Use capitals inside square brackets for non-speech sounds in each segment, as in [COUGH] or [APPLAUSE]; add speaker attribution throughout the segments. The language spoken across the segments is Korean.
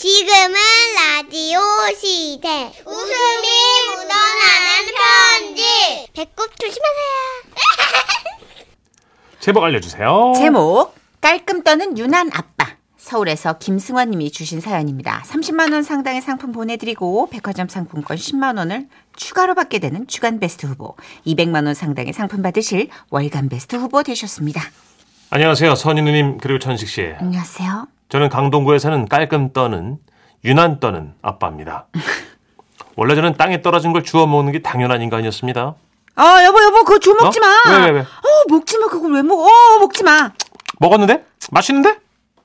Speaker 1: 지금은 라디오 시대. 웃음이 묻어나는 편지. 배꼽 조심하세요.
Speaker 2: 제목
Speaker 3: 어.
Speaker 2: 알려주세요.
Speaker 3: 제목 깔끔 떠는 유난 아빠 서울에서 김승환 님이 주신 사연입니다. 30만 원 상당의 상품 보내드리고 백화점 상품권 10만 원을 추가로 받게 되는 주간 베스트 후보 200만 원 상당의 상품 받으실 월간 베스트 후보 되셨습니다.
Speaker 2: 안녕하세요. 선희 누님 그리고 천식 씨.
Speaker 3: 안녕하세요.
Speaker 2: 저는 강동구에 사는 깔끔 떠는 유난 떠는 아빠입니다.
Speaker 3: [LAUGHS]
Speaker 2: 원래 저는 땅에 떨어진 걸 주워 먹는 게 당연한 인간이었습니다.
Speaker 3: 아 여보 여보 그거 주워 먹지
Speaker 2: 어?
Speaker 3: 마.
Speaker 2: 왜, 왜, 왜?
Speaker 3: 어 먹지 마 그걸 왜 먹어? 어 먹지 마.
Speaker 2: 먹었는데? 맛있는데?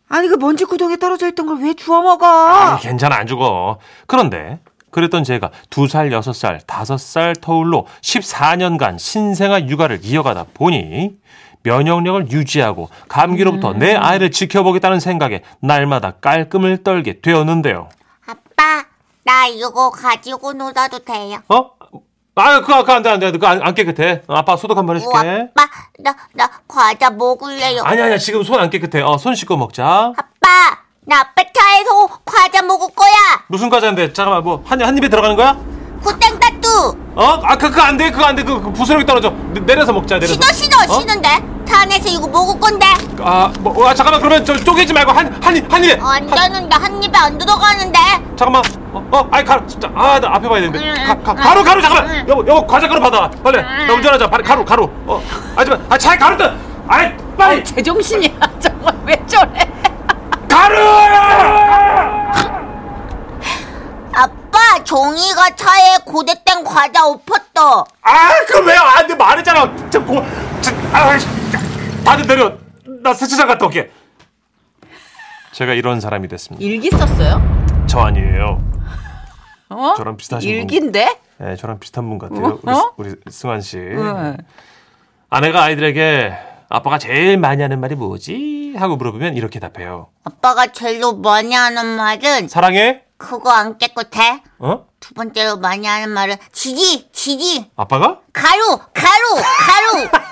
Speaker 3: 아니 그 먼지 구덩이 떨어져 있던 걸 왜 주워 먹어?
Speaker 2: 아니, 괜찮아 안 죽어. 그런데 그랬던 제가 두 살, 여섯 살, 다섯 살 터울로 14년간 신생아 육아를 이어가다 보니 면역력을 유지하고 감기로부터
Speaker 3: 음.
Speaker 2: 내 아이를 지켜보겠다는 생각에 날마다 깔끔을 떨게 되었는데요.
Speaker 1: 아빠, 나 이거 가지고 놀아도 돼요?
Speaker 2: 어? 아, 그거, 그거 안 돼, 안 돼. 그거 안, 안 깨끗해. 어, 아빠 소독 한 번
Speaker 1: 오,
Speaker 2: 해줄게.
Speaker 1: 어, 아빠, 네. 나, 나 과자 먹을래요.
Speaker 2: 아니, 아니야. 지금 손 안 깨끗해. 어, 손 씻고 먹자.
Speaker 1: 아빠, 나 아빠 차에서 과자 먹을 거야.
Speaker 2: 무슨 과자인데? 잠깐만, 뭐, 한, 한 입에 들어가는 거야?
Speaker 1: 고땡따뚜.
Speaker 2: 어? 아, 그, 그거 안 돼. 그거 안 돼. 그, 그 부스러기 떨어져. 내, 내려서 먹자, 내려서.
Speaker 1: 싫어, 싫어,
Speaker 2: 어?
Speaker 1: 싫은데. 차 안에서 이거 먹을 건데.
Speaker 2: 아, 뭐, 아, 잠깐만. 그러면 저 쪼개지 말고 한, 한 입, 한 입에.
Speaker 1: 어, 안
Speaker 2: 한-
Speaker 1: 되는데, 한 입에 안 들어가는데.
Speaker 2: 잠깐만. 어, 어, 아이, 가루. 진짜. 아, 나 앞에 봐야 되는데.
Speaker 1: 음,
Speaker 2: 가, 가,
Speaker 1: 음.
Speaker 2: 가루, 가루, 잠깐만.
Speaker 1: 음.
Speaker 2: 여보, 여보, 과자 가루 받아. 빨리. 나 운전하자. 빨리, 가루, 가루. 어, 하지만, 아, 차에 가루 떠. 아이, 빨리.
Speaker 1: 어,
Speaker 3: 제정신이야 [LAUGHS] 정말 왜 저래?
Speaker 2: 가루!
Speaker 1: 아빠, 종이가 차에 고대땡 과자 엎었어.
Speaker 2: 아, 그럼 왜요? 아, 내 말했잖아. 저, 고, 저, 아, 씨. 다들 내려. 나 세차장 갔다 올게. 제가 이런 사람이 됐습니다.
Speaker 3: 일기 썼어요?
Speaker 2: 저 아니에요.
Speaker 3: 어?
Speaker 2: 저랑 비슷하신 분.
Speaker 3: 일기인데?
Speaker 2: 네, 저랑 비슷한 분 같아요. 우리,
Speaker 3: 어?
Speaker 2: 우리 승환 씨.
Speaker 3: 응.
Speaker 2: 아내가 아이들에게 아빠가 제일 많이 하는 말이 뭐지? 하고 물어보면 이렇게 답해요.
Speaker 1: 아빠가 제일로 많이 하는 말은
Speaker 2: 사랑해?
Speaker 1: 그거 안 깨끗해.
Speaker 2: 어?
Speaker 1: 두 번째로 많이 하는 말은 지지, 지지.
Speaker 2: 아빠가?
Speaker 1: 가루, 가루, 가루,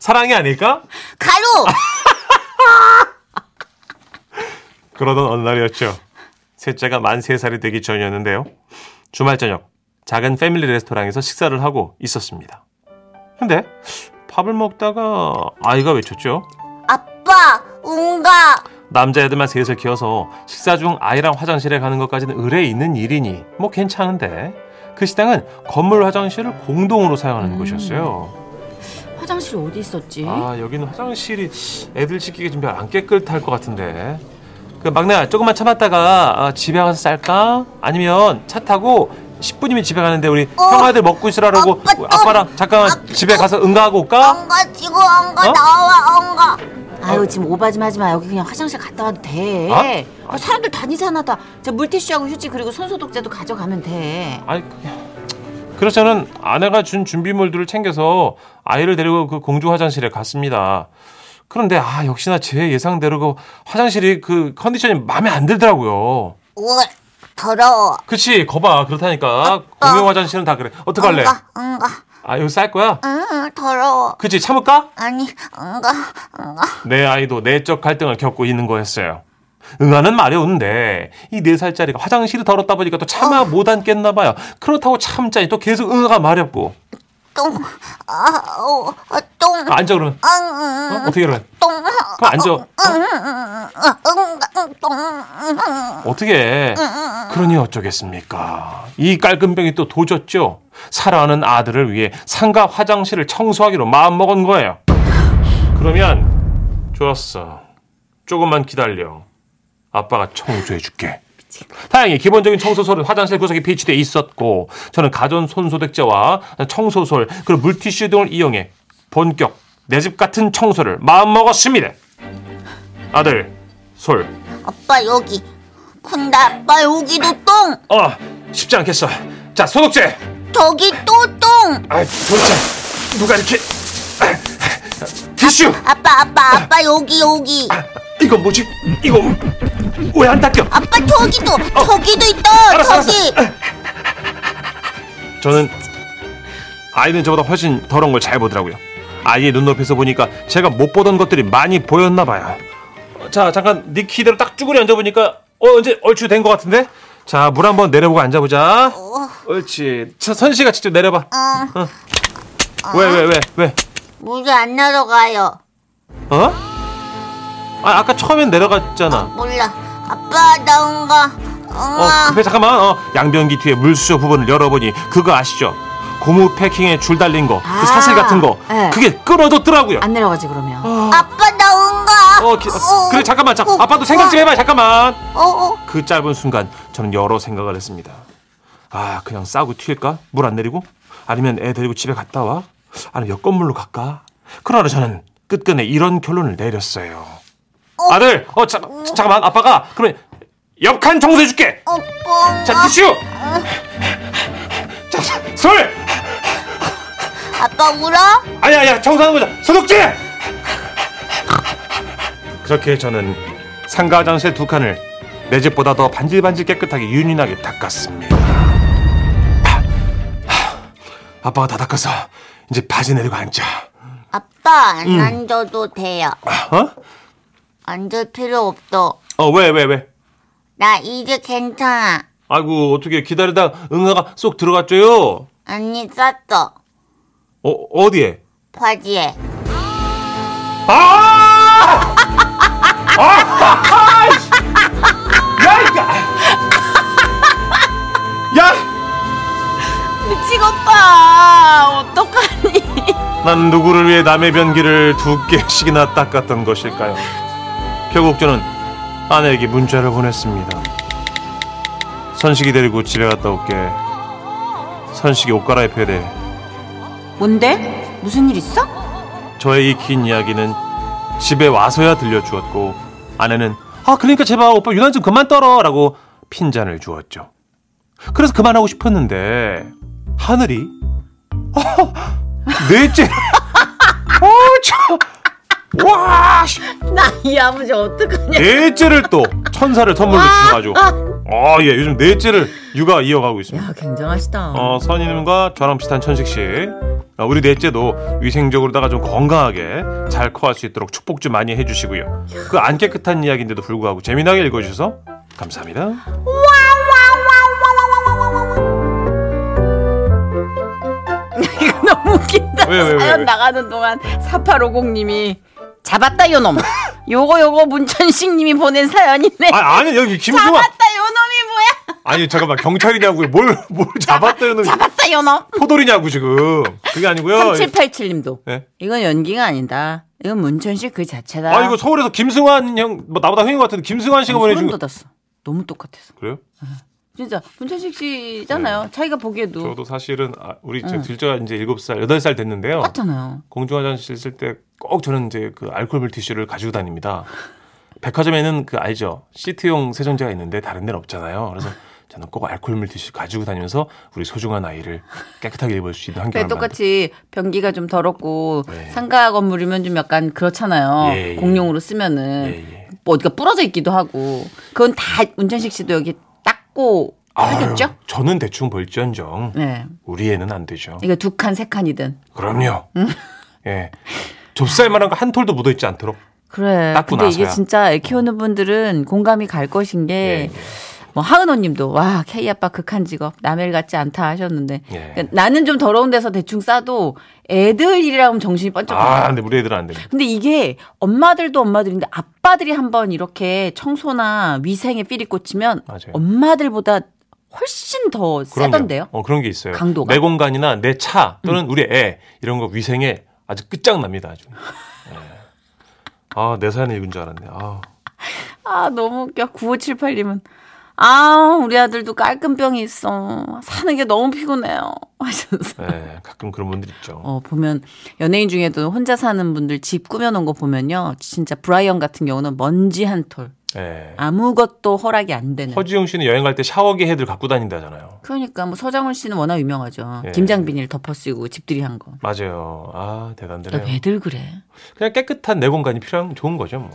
Speaker 2: 사랑이 아닐까?
Speaker 1: 가루.
Speaker 2: 그러던 어느 날이었죠. 셋째가 만 세살이 되기 전이었는데요. 주말 저녁, 작은 패밀리 레스토랑에서 식사를 하고 있었습니다. 근데 밥을 먹다가 아이가 외쳤죠.
Speaker 1: 아빠, 응가.
Speaker 2: 남자애들만 셋을 키워서 식사 중 아이랑 화장실에 가는 것까지는 의뢰 있는 일이니 뭐 괜찮은데 그 식당은 건물 화장실을 공동으로 사용하는 곳이었어요.
Speaker 3: 화장실 어디 있었지?
Speaker 2: 아 여기는 화장실이 애들 씻기가 좀 잘 안 깨끗할 것 같은데 그 막내야 조금만 참았다가 아, 집에 가서 쌀까? 아니면 차 타고 10분이면 집에 가는데 우리
Speaker 1: 어.
Speaker 2: 형아들 먹고 있으라고
Speaker 1: 아빠 또-
Speaker 2: 아빠랑 잠깐
Speaker 1: 아빠
Speaker 2: 만 집에 가서 응가하고 올까?
Speaker 1: 응가 치고 응가
Speaker 2: 어?
Speaker 1: 나와 응가.
Speaker 3: 아유 지금 오바 좀 하지 마 여기 그냥 화장실 갔다 와도 돼
Speaker 2: 어?
Speaker 3: 아, 사람들 다니잖아 다저 물티슈하고 휴지 그리고 손소독제도 가져가면 돼
Speaker 2: 아이 그게... 그래서 저는 아내가 준 준비물들을 챙겨서 아이를 데리고 그 공중 화장실에 갔습니다. 그런데 아 역시나 제 예상대로 그 화장실이 그 컨디션이 마음에 안 들더라고요.
Speaker 1: 우 더러워.
Speaker 2: 그치 거봐 그렇다니까
Speaker 1: 아빠.
Speaker 2: 공용 화장실은 다 그래. 어떡할래?
Speaker 1: 응가 응가.
Speaker 2: 아 여기 쌀 거야?
Speaker 1: 응 더러워.
Speaker 2: 그치 참을까?
Speaker 1: 아니 응가 응가.
Speaker 2: 내 아이도 내적 갈등을 겪고 있는 거였어요. 응하는 마려운데 이 네 살짜리가 화장실이 더럽다 보니까 또 참아 못 앉겠나 봐요. 그렇다고 참자니 또 계속 응하가 마렵고
Speaker 1: 똥아똥
Speaker 2: 아, 앉아 그러면 어?
Speaker 1: 응응
Speaker 2: 어떻게 그래?
Speaker 1: 똥.
Speaker 2: 그럼 앉아. 어?
Speaker 1: 응가 똥.
Speaker 2: 어떻게 그러니 어쩌겠습니까? 이 깔끔병이 또 도졌죠. 사랑하는 아들을 위해 상가 화장실을 청소하기로 마음먹은 거예요. 그러면 좋았어. 조금만 기다려. 아빠가 청소해줄게. 다행히 기본적인 청소솔은 화장실 구석에 비치돼 있었고 저는 가전 손소독제와 청소솔 그리고 물티슈 등을 이용해 본격 내 집 같은 청소를 마음먹었습니다. 아들, 솔,
Speaker 1: 아빠 여기. 근데 아빠 여기도 똥.
Speaker 2: 어, 쉽지 않겠어. 자, 소독제.
Speaker 1: 저기 또 똥.
Speaker 2: 아, 도대체 누가 이렇게 아, 티슈.
Speaker 1: 아빠 아빠 아빠 여기 여기.
Speaker 2: 아, 이거 뭐지? 이거 왜 안 닦여?
Speaker 1: 아빠 저기도 저기도 있다.
Speaker 2: 알았어,
Speaker 1: 저기.
Speaker 2: 저는 아이는 저보다 훨씬 더러운 걸 잘 보더라고요. 아이의 눈높이에서 보니까 제가 못 보던 것들이 많이 보였나 봐요. 자, 잠깐 네 키대로 딱 쭈그리 앉아보니까 어, 언제 얼추 된 것 같은데? 자, 물 한번 내려보고 앉아보자. 옳지. 자, 선 씨가 직접 내려봐.
Speaker 1: 어,
Speaker 2: 왜, 왜, 왜, 왜?
Speaker 1: 물이 안 내려가요.
Speaker 2: 어? 아, 아까 처음엔 내려갔잖아.
Speaker 1: 몰라. 아빠 나온가?
Speaker 2: 어,
Speaker 1: 엄마.
Speaker 2: 급해 잠깐만. 어, 양변기 뒤에 물수저 부분을 열어보니 그거 아시죠? 고무 패킹에 줄 달린 거, 그
Speaker 3: 아,
Speaker 2: 사슬 같은 거,
Speaker 3: 네.
Speaker 2: 그게 끊어졌더라고요.
Speaker 3: 안 내려가지 그러면.
Speaker 1: 아빠 나온가?
Speaker 2: 어, 기-
Speaker 1: 어,
Speaker 2: 그래 잠깐만, 자,
Speaker 1: 어,
Speaker 2: 아빠도 생각 좀 해봐. 잠깐만.
Speaker 1: 어, 어,
Speaker 2: 그 짧은 순간 저는 여러 생각을 했습니다. 아 그냥 싸고 튈까? 물 안 내리고? 아니면 애 데리고 집에 갔다 와? 아니면 옆 건물로 갈까? 그러나 저는 끝끝내 이런 결론을 내렸어요. 아들, 어 자, 자, 잠깐만 아빠가 그러면 옆칸 청소해줄게.
Speaker 1: 어, 오빠.
Speaker 2: 자 티슈. 자, 자 솔.
Speaker 1: 아빠 울어?
Speaker 2: 아니야, 아니야, 청소하는 거자. 소독제. 그렇게 저는 상가 화장실 두 칸을 내 집보다 더 반질반질 깨끗하게 윤윤하게 닦았습니다. 하, 하, 아빠가 다 닦아서 이제 바지 내리고 앉자.
Speaker 1: 아빠 안 앉아도 돼요.
Speaker 2: 어?
Speaker 1: 앉을 필요 없어.
Speaker 2: 어, 왜, 왜, 왜?
Speaker 1: 나 이제 괜찮아.
Speaker 2: 아이고, 어떻게 기다리다 응아가 쏙 들어갔죠요?
Speaker 1: 언니 쌌어.
Speaker 2: 어, 어디에?
Speaker 1: 바지에.
Speaker 2: 아! 아! 아이씨! 야, 이거! 야!
Speaker 3: 미치겠다. 어떡하니?
Speaker 2: 난 누구를 위해 남의 변기를 두 개씩이나 닦았던 것일까요? 결국 저는 아내에게 문자를 보냈습니다. 선식이 데리고 집에 갔다 올게. 선식이 옷 갈아입혀야 돼.
Speaker 3: 뭔데? 무슨 일 있어?
Speaker 2: 저의 이 긴 이야기는 집에 와서야 들려주었고 아내는 아 그러니까 제발 오빠 유난 좀 그만 떨어라고 핀잔을 주었죠. 그래서 그만하고 싶었는데 하늘이 아, 넷째 [LAUGHS] 어, 어저와
Speaker 3: 나 이 아버지 어떡하냐?
Speaker 2: 넷째를 또 천사를 선물로 주셔가지고 아예 요즘 넷째를 육아 이어가고 있습니다.
Speaker 3: 야, 굉장하시다.
Speaker 2: 어, 선임과 저랑 비슷한 천식 씨. 어, 우리 넷째도 위생적으로다가 좀 건강하게 잘 커갈 수 있도록 축복 좀 많이 해주시고요. 그 안 깨끗한 이야기인데도 불구하고 재미나게 읽어주셔서 감사합니다.
Speaker 3: 이거 [LAUGHS] 너무 웃긴다.
Speaker 2: 왜, 왜, 왜,
Speaker 3: 사연
Speaker 2: 왜?
Speaker 3: 나가는 동안 4850님이 잡았다 요놈. 요거 요거 문천식님이 보낸 사연이네.
Speaker 2: 아, 아니, 여기 김수환.
Speaker 3: 잡았다 요놈이 뭐야?
Speaker 2: 아니, 잠깐만, 경찰이냐고요. 뭘, 뭘 잡았다는
Speaker 3: 잡았다 요놈.
Speaker 2: 어, 포돌이냐고, 지금. 그게 아니고요.
Speaker 3: 3787님도
Speaker 2: 예.
Speaker 3: 이건 연기가 아니다. 이건 문천식 그 자체다.
Speaker 2: 아, 이거 서울에서 김승환 형, 뭐, 나보다 형인 것 같은데, 김승환 씨가
Speaker 3: 아, 소름
Speaker 2: 보내준 거.
Speaker 3: 돋았어. 너무 똑같아서.
Speaker 2: 그래요?
Speaker 3: 진짜 문천식 씨잖아요. 자기가 보기에도
Speaker 2: 네. 저도 사실은, 아, 우리 저 둘째가 이제 7살, 8살 됐는데요.
Speaker 3: 똑같잖아요.
Speaker 2: 공중화장실 쓸 때 꼭 저는 이제 그 알코올물 티슈를 가지고 다닙니다. 백화점에는 그 알죠 시트용 세정제가 있는데 다른 데는 없잖아요. 그래서 저는 꼭 알코올물 티슈 가지고 다니면서 우리 소중한 아이를 깨끗하게 입을 수 있는
Speaker 3: 그러니까
Speaker 2: 환경을
Speaker 3: 똑같이 변기가 좀 더럽고
Speaker 2: 예.
Speaker 3: 상가 건물이면 좀 약간 그렇잖아요.
Speaker 2: 예, 예.
Speaker 3: 공용으로 쓰면은
Speaker 2: 예, 예.
Speaker 3: 뭐 어디가 부러져 있기도 하고 그건 다 문천식 씨도 여기 닦고
Speaker 2: 만듭니다.
Speaker 3: 하겠죠?
Speaker 2: 아유, 저는 대충 볼지언정
Speaker 3: 네.
Speaker 2: 우리 애는 안 되죠.
Speaker 3: 이거 두 칸, 세 칸이든.
Speaker 2: 그럼요.
Speaker 3: 음.
Speaker 2: 예, 좁쌀만한 거 한 톨도 묻어 있지 않도록.
Speaker 3: 그래.
Speaker 2: 닦고
Speaker 3: 근데 이게
Speaker 2: 나서야. 어.
Speaker 3: 진짜 애 키우는 분들은 공감이 갈 것인 게
Speaker 2: 예,
Speaker 3: 뭐 하은호 님도 와, 케이 아빠 극한 직업. 남의 일 같지 않다 하셨는데.
Speaker 2: 예.
Speaker 3: 그러니까 나는 좀 더러운 데서 대충 싸도 애들 일이라 하면 정신이 번쩍
Speaker 2: 아, 근데 우리 애들은 안 됩니다.
Speaker 3: 근데 이게 엄마들도 엄마들인데 아빠들이 한번 이렇게 청소나 위생에 삘이 꽂히면
Speaker 2: 맞아요.
Speaker 3: 엄마들보다 훨씬 더
Speaker 2: 그럼요.
Speaker 3: 세던데요.
Speaker 2: 어, 그런 게 있어요.
Speaker 3: 강도가. 음.
Speaker 2: 내 공간이나 내 차 또는 우리 애 이런 거 위생에 아주 끝장납니다. 아주. 예. 아, 내 사연 읽은 줄 알았네. 아.
Speaker 3: 아, 너무 웃겨. 9578님은 아, 우리 아들도 깔끔병이 있어. 사는 게 너무 피곤해요. [LAUGHS] 하셨어.
Speaker 2: 예, 가끔 그런 분들 있죠.
Speaker 3: 어, 보면 연예인 중에도 혼자 사는 분들 집 꾸며 놓은 거 보면요. 진짜 브라이언 같은 경우는 먼지 한 톨.
Speaker 2: 예.
Speaker 3: 아무것도 허락이 안 되는.
Speaker 2: 허지용 씨는 여행 갈 때 샤워기 헤드를 갖고 다닌다잖아요.
Speaker 3: 그러니까 뭐 서장훈 씨는 워낙 유명하죠.
Speaker 2: 예.
Speaker 3: 김장 비닐 덮어 쓰고 집들이 한 거.
Speaker 2: 맞아요. 아, 대단드네요.
Speaker 3: 왜들 그래?
Speaker 2: 그냥 깨끗한 내 공간이 필요한 좋은 거죠, 뭐.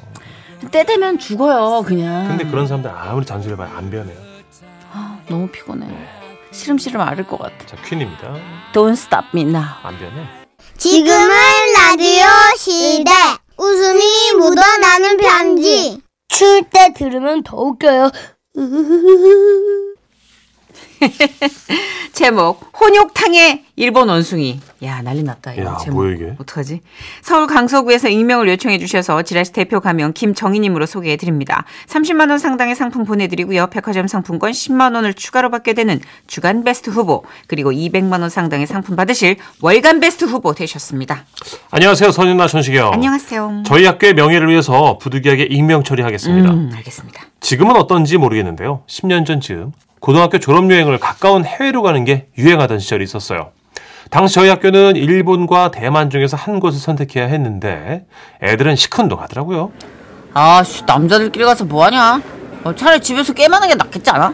Speaker 3: 때 되면 죽어요, 그냥.
Speaker 2: 근데 그런 사람들 아무리 잔소리해봐야 안 변해요.
Speaker 3: 아, 너무 피곤해. 시름시름 앓을 것 같아.
Speaker 2: 자, 퀸입니다.
Speaker 3: Don't stop me now.
Speaker 2: 안 변해.
Speaker 1: 지금은 라디오 시대. 웃음이
Speaker 4: 웃음이 묻어나는 편지. 추울 때 들으면 더 웃겨요.
Speaker 3: 제목 혼욕탕의 일본 원숭이. 야 난리 났다 이거
Speaker 2: 야,
Speaker 3: 네, 제목.
Speaker 2: 뭐야, 이게?
Speaker 3: 어떡하지? 서울 강서구에서 익명을 요청해 주셔서 지라시 대표 가명 김정희님으로 소개해 드립니다. 30만 원 상당의 상품 보내드리고요. 백화점 상품권 10만 원을 추가로 받게 되는 주간 베스트 후보 그리고 200만 원 상당의 상품 받으실 월간 베스트 후보 되셨습니다.
Speaker 2: 안녕하세요, 선윤아 전식이요.
Speaker 3: 안녕하세요.
Speaker 2: 저희 학교의 명예를 위해서 부득이하게 익명
Speaker 1: 어,
Speaker 2: 처리하겠습니다.
Speaker 3: 음, 알겠습니다.
Speaker 2: 지금은 어떤지 모르겠는데요. 10년 전쯤 고등학교 졸업 여행을 가까운 해외로 가는 게 유행하던 시절이 있었어요. 당시 저희 학교는 일본과 대만 중에서 한 곳을 선택해야 했는데 애들은 시큰둥하더라고요.
Speaker 1: 아씨 남자들끼리 가서 뭐하냐? 어, 차라리 집에서 게임하는 게 낫겠지 않아?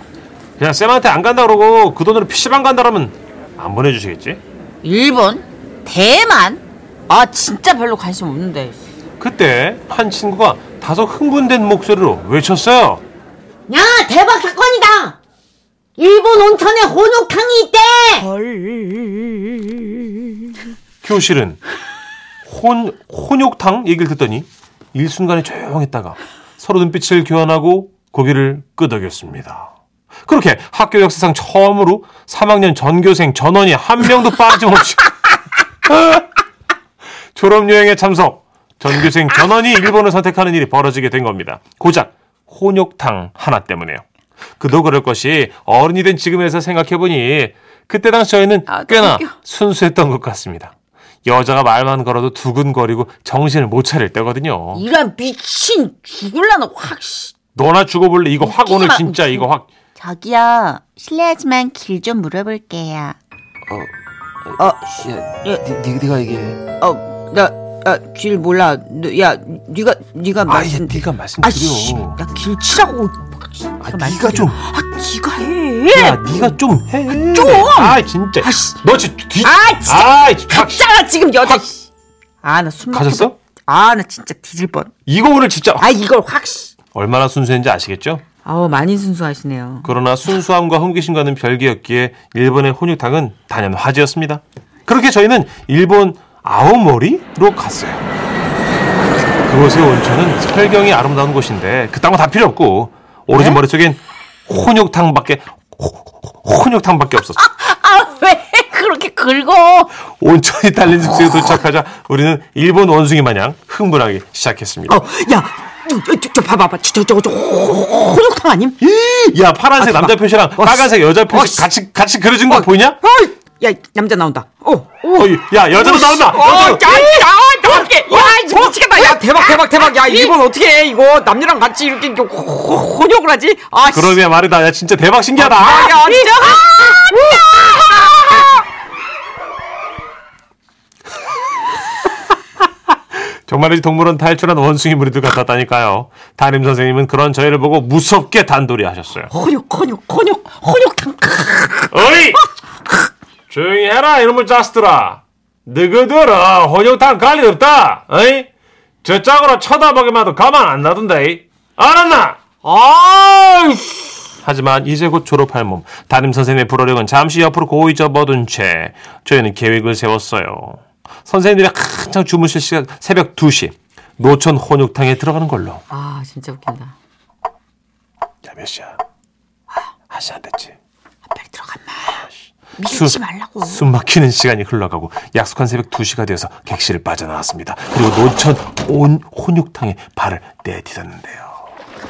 Speaker 2: 그냥 쌤한테 안 간다 그러고 그 돈으로 PC방 간다 그러면 안 보내주시겠지?
Speaker 1: 일본? 대만? 아 진짜 별로 관심 없는데
Speaker 2: 그때 한 친구가 다소 흥분된 목소리로 외쳤어요.
Speaker 1: 야 대박 사건이다! 일본 온천에 혼욕탕이 있대!
Speaker 2: 교실은 혼, 혼욕탕 얘기를 듣더니 일순간에 조용했다가 서로 눈빛을 교환하고 고개를 끄덕였습니다. 그렇게 학교 역사상 처음으로 3학년 전교생 전원이 한 명도 [LAUGHS] 빠짐없이 졸업여행에 참석, 전교생 전원이 일본을 선택하는 일이 벌어지게 된 겁니다. 고작 혼욕탕 하나 때문에요. 그도 그럴 것이 어른이 된 지금에서 생각해보니 그때 당시 저희는
Speaker 3: 아,
Speaker 2: 꽤나
Speaker 3: 웃겨.
Speaker 2: 순수했던 것 같습니다. 여자가 말만 걸어도 두근거리고 정신을 못 차릴 때거든요.
Speaker 1: 이런 미친 죽을라는 확 씨.
Speaker 2: 너나 죽어볼래 이거 확 오늘 진짜 이거 확
Speaker 1: 음.
Speaker 3: 저기요 실례하지만 길 좀 물어볼게요.
Speaker 5: 야, 네, 네, 네가 얘기해.
Speaker 1: 어, 예. 어나길 몰라 너, 야 네가 네가
Speaker 2: 아, 예,
Speaker 1: 말씀
Speaker 2: 네가
Speaker 1: 아씨
Speaker 2: 말씀드려.
Speaker 1: 야길 치라고
Speaker 2: 아, 네가 좀,
Speaker 1: 아 네가 해
Speaker 2: 야, 네가 좀 해.
Speaker 1: 좀!
Speaker 2: 아, 진짜.
Speaker 1: 아씨.
Speaker 2: 너 진짜 뒤.
Speaker 1: 아, 진짜.
Speaker 2: 아이, 확 씨.
Speaker 1: 짜라 지금 여자 아나 숨 막혀
Speaker 2: 가셨어?
Speaker 1: 아나 진짜 뒤질 뻔아
Speaker 2: 이거 오늘 진짜 확-
Speaker 1: 이걸 확 씨.
Speaker 2: 얼마나 순수했는지 아시겠죠?
Speaker 3: 아우 많이 순수하시네요.
Speaker 2: 그러나 순수함과 hom기심과는 별개였기에 일본의 혼육탕은 단연 화제였습니다. 그렇게 저희는 일본 아오모리로 갔어요. 그곳의 온천은 설경이 아름다운 곳인데 그딴 거 다 필요 없고 오로지 머릿속엔 혼육탕밖에 호- 호- 혼육탕밖에 없었어.
Speaker 1: 아 왜 그렇게 긁어
Speaker 2: 온천이 달린 숙소에 도착하자 우리는 일본 원숭이 마냥 흥분하기 시작했습니다.
Speaker 3: 어,
Speaker 1: 어야저 봐봐봐 저 저거 저 혼욕탕 아님
Speaker 2: 야 파란색 남자 표시랑 빨간색 여자 표시
Speaker 1: 씨.
Speaker 2: 같이 같이 그려진 거 보이냐?
Speaker 1: 야 남자 나온다 어
Speaker 2: 어이, 야 여자로 나온다.
Speaker 3: 어,
Speaker 2: 여자로.
Speaker 1: 어떻게 야 미치겠다 야 대박 대박 대박 야 일본 어떻게 해 이거 남녀랑 같이 이렇게 이거 호- 호- 혼욕을 하지 아 씨.
Speaker 2: 그러면 말이다. 야 진짜 대박
Speaker 3: 아,
Speaker 2: 신기하다.
Speaker 1: 야 진짜
Speaker 2: 정말이지 동물원 탈출한 원숭이 무리들 같았다니까요. 담임 선생님은 그런 저희를 보고 무섭게 단도리하셨어요.
Speaker 1: 혼욕 혼욕 혼욕 혼욕탕
Speaker 2: 어이! 조용히 해라 이놈의 자식들아. 너희들은 어, 혼욕탕 갈일 없다. 어이? 저 짝으로 쳐다보기만 해도 가만 안 놔둔다. 알았나?
Speaker 1: 아이씨
Speaker 2: 하지만 이제 곧 졸업할 몸 담임 선생님의 불호력은 잠시 옆으로 고이 접어둔 채 저희는 계획을 세웠어요. 선생님들이 한창 주무실 시간 새벽 2시 노천 혼육탕에 들어가는 걸로.
Speaker 3: 아 진짜 웃긴다.
Speaker 2: 자 몇 시야? 아, 한 시간 됐지.
Speaker 3: 빨리 들어간 마.
Speaker 2: 미치지 말라고. 숨 막히는 시간이 흘러가고 약속한 새벽 2시가 되어서 객실을 빠져나왔습니다. 그리고 노천 온 혼육탕에 발을 내딛었는데요.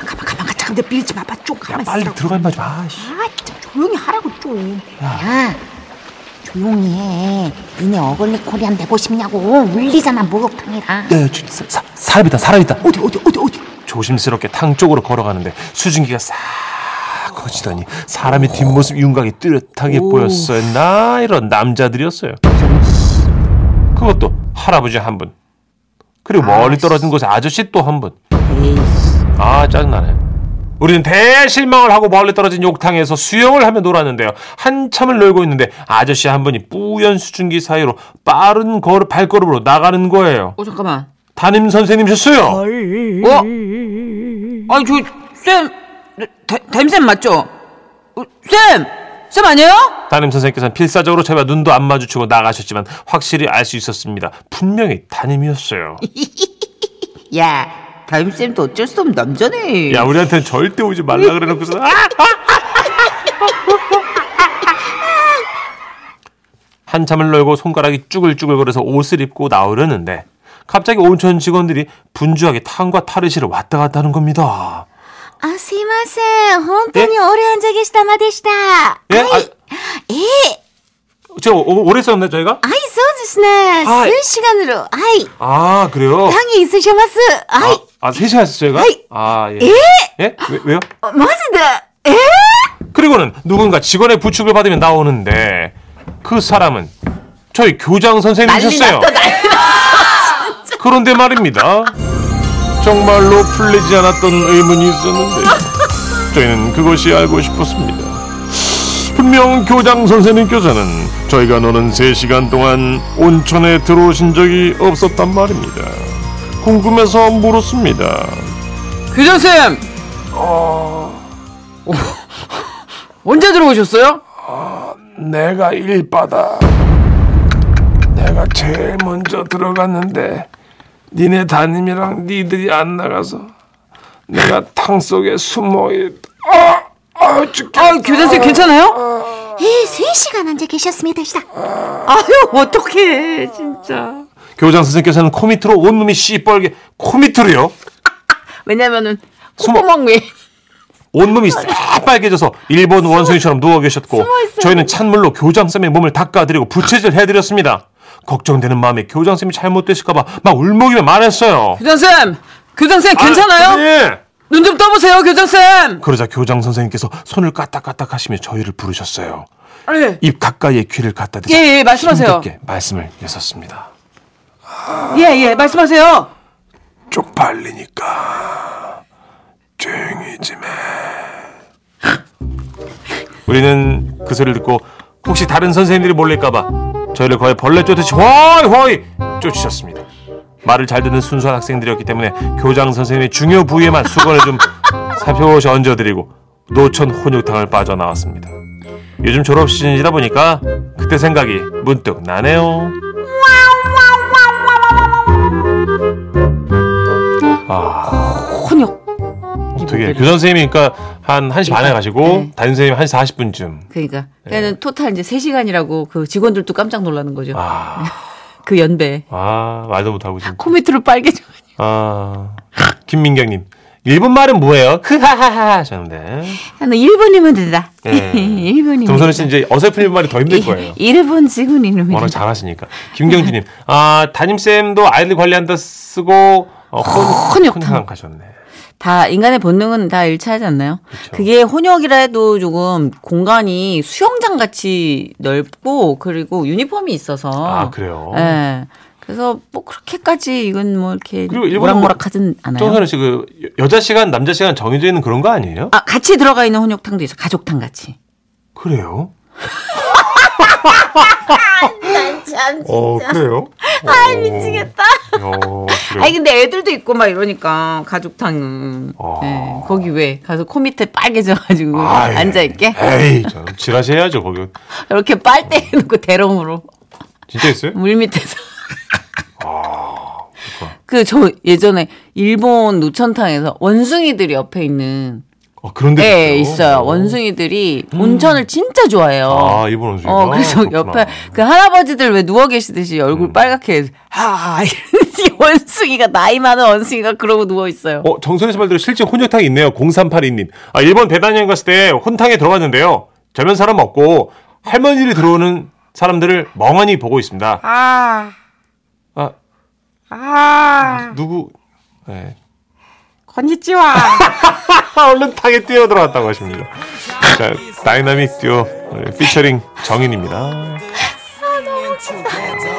Speaker 3: 가만 가만 가자. 근데 밀지 마봐. 좀 가만
Speaker 2: 빨리
Speaker 3: 있어.
Speaker 2: 들어갈 마좀 아, 씨.
Speaker 3: 아 진짜 조용히 하라고 좀. 야. 조용히 해. 니네 어글리 코리안 되고 싶냐고. 울리잖아 목욕탕이라.
Speaker 2: 야, 야, 저, 사, 사, 사람 있다, 사람 있다.
Speaker 3: 어디 어디 어디 어디.
Speaker 2: 조심스럽게 탕 쪽으로 걸어가는데 수증기가 싹 거치더니 사람의 뒷모습 윤곽이 뚜렷하게 보였어요. 나 이런 남자들이었어요. 그것도 할아버지 한 분. 그리고 멀리 떨어진 곳에 아, 아저씨 또 한 분. 아 짜증나네. 우리는 대실망을 하고 멀리 떨어진 욕탕에서 수영을 하며 놀았는데요. 한참을 놀고 있는데 아저씨 한 분이 뿌연 수증기 사이로 빠른 걸 발걸음으로 나가는 거예요.
Speaker 1: 어 잠깐만
Speaker 2: 담임 선생님이셨어요.
Speaker 1: 어 아니 저쌤 댐쌤 맞죠 어, 쌤쌤 아니에요? [LAUGHS]
Speaker 2: 담임 선생님께서는 필사적으로 저희와 눈도 안 마주치고 나가셨지만 확실히 알 수 있었습니다. 분명히 담임이었어요.
Speaker 3: 야, 다임쌤도 어쩔 수 없는 남자네.
Speaker 2: 야, 우리한테는 절대 오지 말라 그래놓고서. 아! 한참을 놀고 손가락이 쭈글쭈글거려서 옷을 입고 나오려는데 갑자기 온천 직원들이 분주하게 탕과 탈의실을 왔다 갔다 하는 겁니다.
Speaker 4: 아,
Speaker 6: あ、すいません。本当にオレンジゲシ玉でした。は
Speaker 2: 예?
Speaker 6: い。
Speaker 2: 아,
Speaker 6: えー
Speaker 4: 예,
Speaker 2: 제가 오- 오래 썼네 저희가?
Speaker 6: はい、そうですね。
Speaker 2: はい
Speaker 6: 数時間ぬる。はい。
Speaker 2: 아 그래요?
Speaker 6: 単に数します。はい。
Speaker 2: 아, 세 시간 했어요, 저희가?
Speaker 6: 아이.
Speaker 2: 아, 예. 예? 왜, 왜요?
Speaker 4: 어,
Speaker 6: あマジ
Speaker 4: 예?
Speaker 6: でえー
Speaker 2: 그리고는 누군가 직원의 부축을 받으면 나오는데 그 사람은 저희 교장 선생님이셨어요. 그런데 말입니다. 정말로 풀리지 않았던 의문이 있었는데 저희는 그것이 알고 싶었습니다. 분명 교장 선생님께서는 저희가 노는 3시간 동안 온천에 들어오신 적이 없었단 말입니다. 궁금해서 물었습니다.
Speaker 1: 교장쌤! 어, 언제 들어오셨어요?
Speaker 7: 내가 일바다. 내가 제일 먼저 들어갔는데 니네 담임이랑 니들이 안 나가서 내가 탕 속에 숨어 있. 아, 아 죽겠.
Speaker 1: 아,
Speaker 2: 어.
Speaker 1: 교장쌤 괜찮아요?
Speaker 6: えー、戦士がなんじゃ消し休みでした。
Speaker 1: 아유, 어떡해, 진짜.
Speaker 2: 교장 선생님께서는 코 밑으로 온몸이 시뻘게 코 밑으로요.
Speaker 1: 왜냐면은,
Speaker 2: 숨어.
Speaker 1: 콧구멍 위에.
Speaker 2: 온몸이 싹 빨개져서 일본 원숭이처럼 누워 계셨고 저희는 찬물로 교장쌤의 몸을 닦아드리고 부채질 해드렸습니다. 걱정되는 마음에 교장쌤이 잘못되실까봐 막 울먹이며 말했어요.
Speaker 1: 교장쌤! 교장쌤
Speaker 2: 아,
Speaker 1: 괜찮아요?
Speaker 2: 네.
Speaker 1: 눈 좀 떠보세요, 교장쌤!
Speaker 2: 그러자 교장 선생님께서 손을 까딱까딱 하시며 저희를 부르셨어요.
Speaker 1: 예,
Speaker 2: 입 가까이에 귀를 갖다 대자
Speaker 1: 예, 예, 말씀하세요.
Speaker 2: 힘겹게 말씀을 여섰습니다.
Speaker 1: 예, 예, 말씀하세요.
Speaker 7: 쪽팔리니까 조용히 좀 해.
Speaker 2: 우리는 그 소리를 듣고 혹시 다른 선생님들이 몰릴까봐 저희를 거의 벌레 쫓듯이 호이 호이 쫓으셨습니다. 말을 잘 듣는 순수한 학생들이었기 때문에 교장 선생님의 중요 부위에만 수건을 좀 [LAUGHS] 살펴보시 얹어드리고 노천 혼육탕을 빠져나왔습니다. 요즘 졸업 시즌이다 보니까 그때 생각이 문득 나네요. 아,
Speaker 1: 혼역.
Speaker 2: 어떻게 교장 선생님이니까 한 1시 반에 가시고 담임 선생님 한 40분쯤.
Speaker 3: 그러니까.
Speaker 2: 네.
Speaker 3: 그러니까는 토탈 이제 3시간이라고 그 직원들도 깜짝 놀라는 거죠.
Speaker 2: 아.
Speaker 3: 그 연배.
Speaker 2: 아 말도 못하고 지금
Speaker 3: 코미트로 빨개져.
Speaker 2: 아 김민경님 일본 말은 뭐예요? [LAUGHS] 크하하하 하셨는데
Speaker 3: 나는 일본이면 된다.
Speaker 2: 예.
Speaker 3: [LAUGHS] 일본이면.
Speaker 2: 동선우 씨 이제 어설픈 일본 말이 더 힘들 거예요.
Speaker 3: 된다. 일본 직원이면.
Speaker 2: 워낙 잘하시니까 김경진님 아 담임 쌤도 아이들 관리한다 쓰고 어, 혼-
Speaker 3: 혼욕탕.
Speaker 2: 혼탕 가셨네.
Speaker 3: 다 인간의 본능은 다 일치하지 않나요? 그게 혼역이라 해도 조금 공간이 수영장 같이 넓고 그리고 유니폼이 있어서
Speaker 2: 아 그래요.
Speaker 3: 예. 그래서 뭐 그렇게까지 이건 뭐 이렇게
Speaker 2: 그리고 일본은
Speaker 3: 모락모락 하진 않아요.
Speaker 2: 정선우 씨그 여자 시간 남자 시간 정해져 있는 그런 거 아니에요?
Speaker 3: 아 같이 들어가 있는 혼욕탕도 있어 가족탕 같이.
Speaker 2: 그래요? 어 그래요? [LAUGHS] 아 미치겠다. 예.
Speaker 3: 아니 근데 애들도 있고 막 이러니까 가족탕은
Speaker 2: 어.
Speaker 3: 예, 거기 왜 가서 코 밑에 빨개져가지고
Speaker 2: 아이,
Speaker 3: 뭐, 앉아 있게
Speaker 2: 에이, 저 지라시해야죠 거기.
Speaker 3: 이렇게 빨대 해놓고 대롱으로
Speaker 2: 진짜 있어요?
Speaker 3: 물 밑에서.
Speaker 2: 아,
Speaker 3: 그 저 예전에 일본 노천탕에서 원숭이들이 옆에 있는
Speaker 2: 아, 그런 데
Speaker 3: 예 있어요. 원숭이들이 온천을 진짜 좋아해요.
Speaker 2: 아, 일본 원숭이가?
Speaker 3: 어 그래서
Speaker 2: 그렇구나. 음.
Speaker 3: 옆에 그 할아버지들 왜 누워 계시듯이 얼굴 빨갛게 해서 하 [LAUGHS] 이러는지 원숭이가 나이 많은 원숭이가 그러고 누워 있어요.
Speaker 2: 어, 정선희 씨 말대로 실제 혼혈탕이 있네요. 0382님. 아, 일본 배단여행 갔을 때 혼탕에 들어갔는데요. 저면 사람 없고 할머니들이 들어오는 사람들을 멍하니 보고 있습니다. 아. 아. 누구? 예.
Speaker 1: 건니찌와.
Speaker 2: [LAUGHS] 얼른 탕에 뛰어 들어갔다고 하십니다. 자, 어, 예, 다이나믹 듀오 우리 피처링 정인입니다.
Speaker 6: 아, 너무 웃긴다.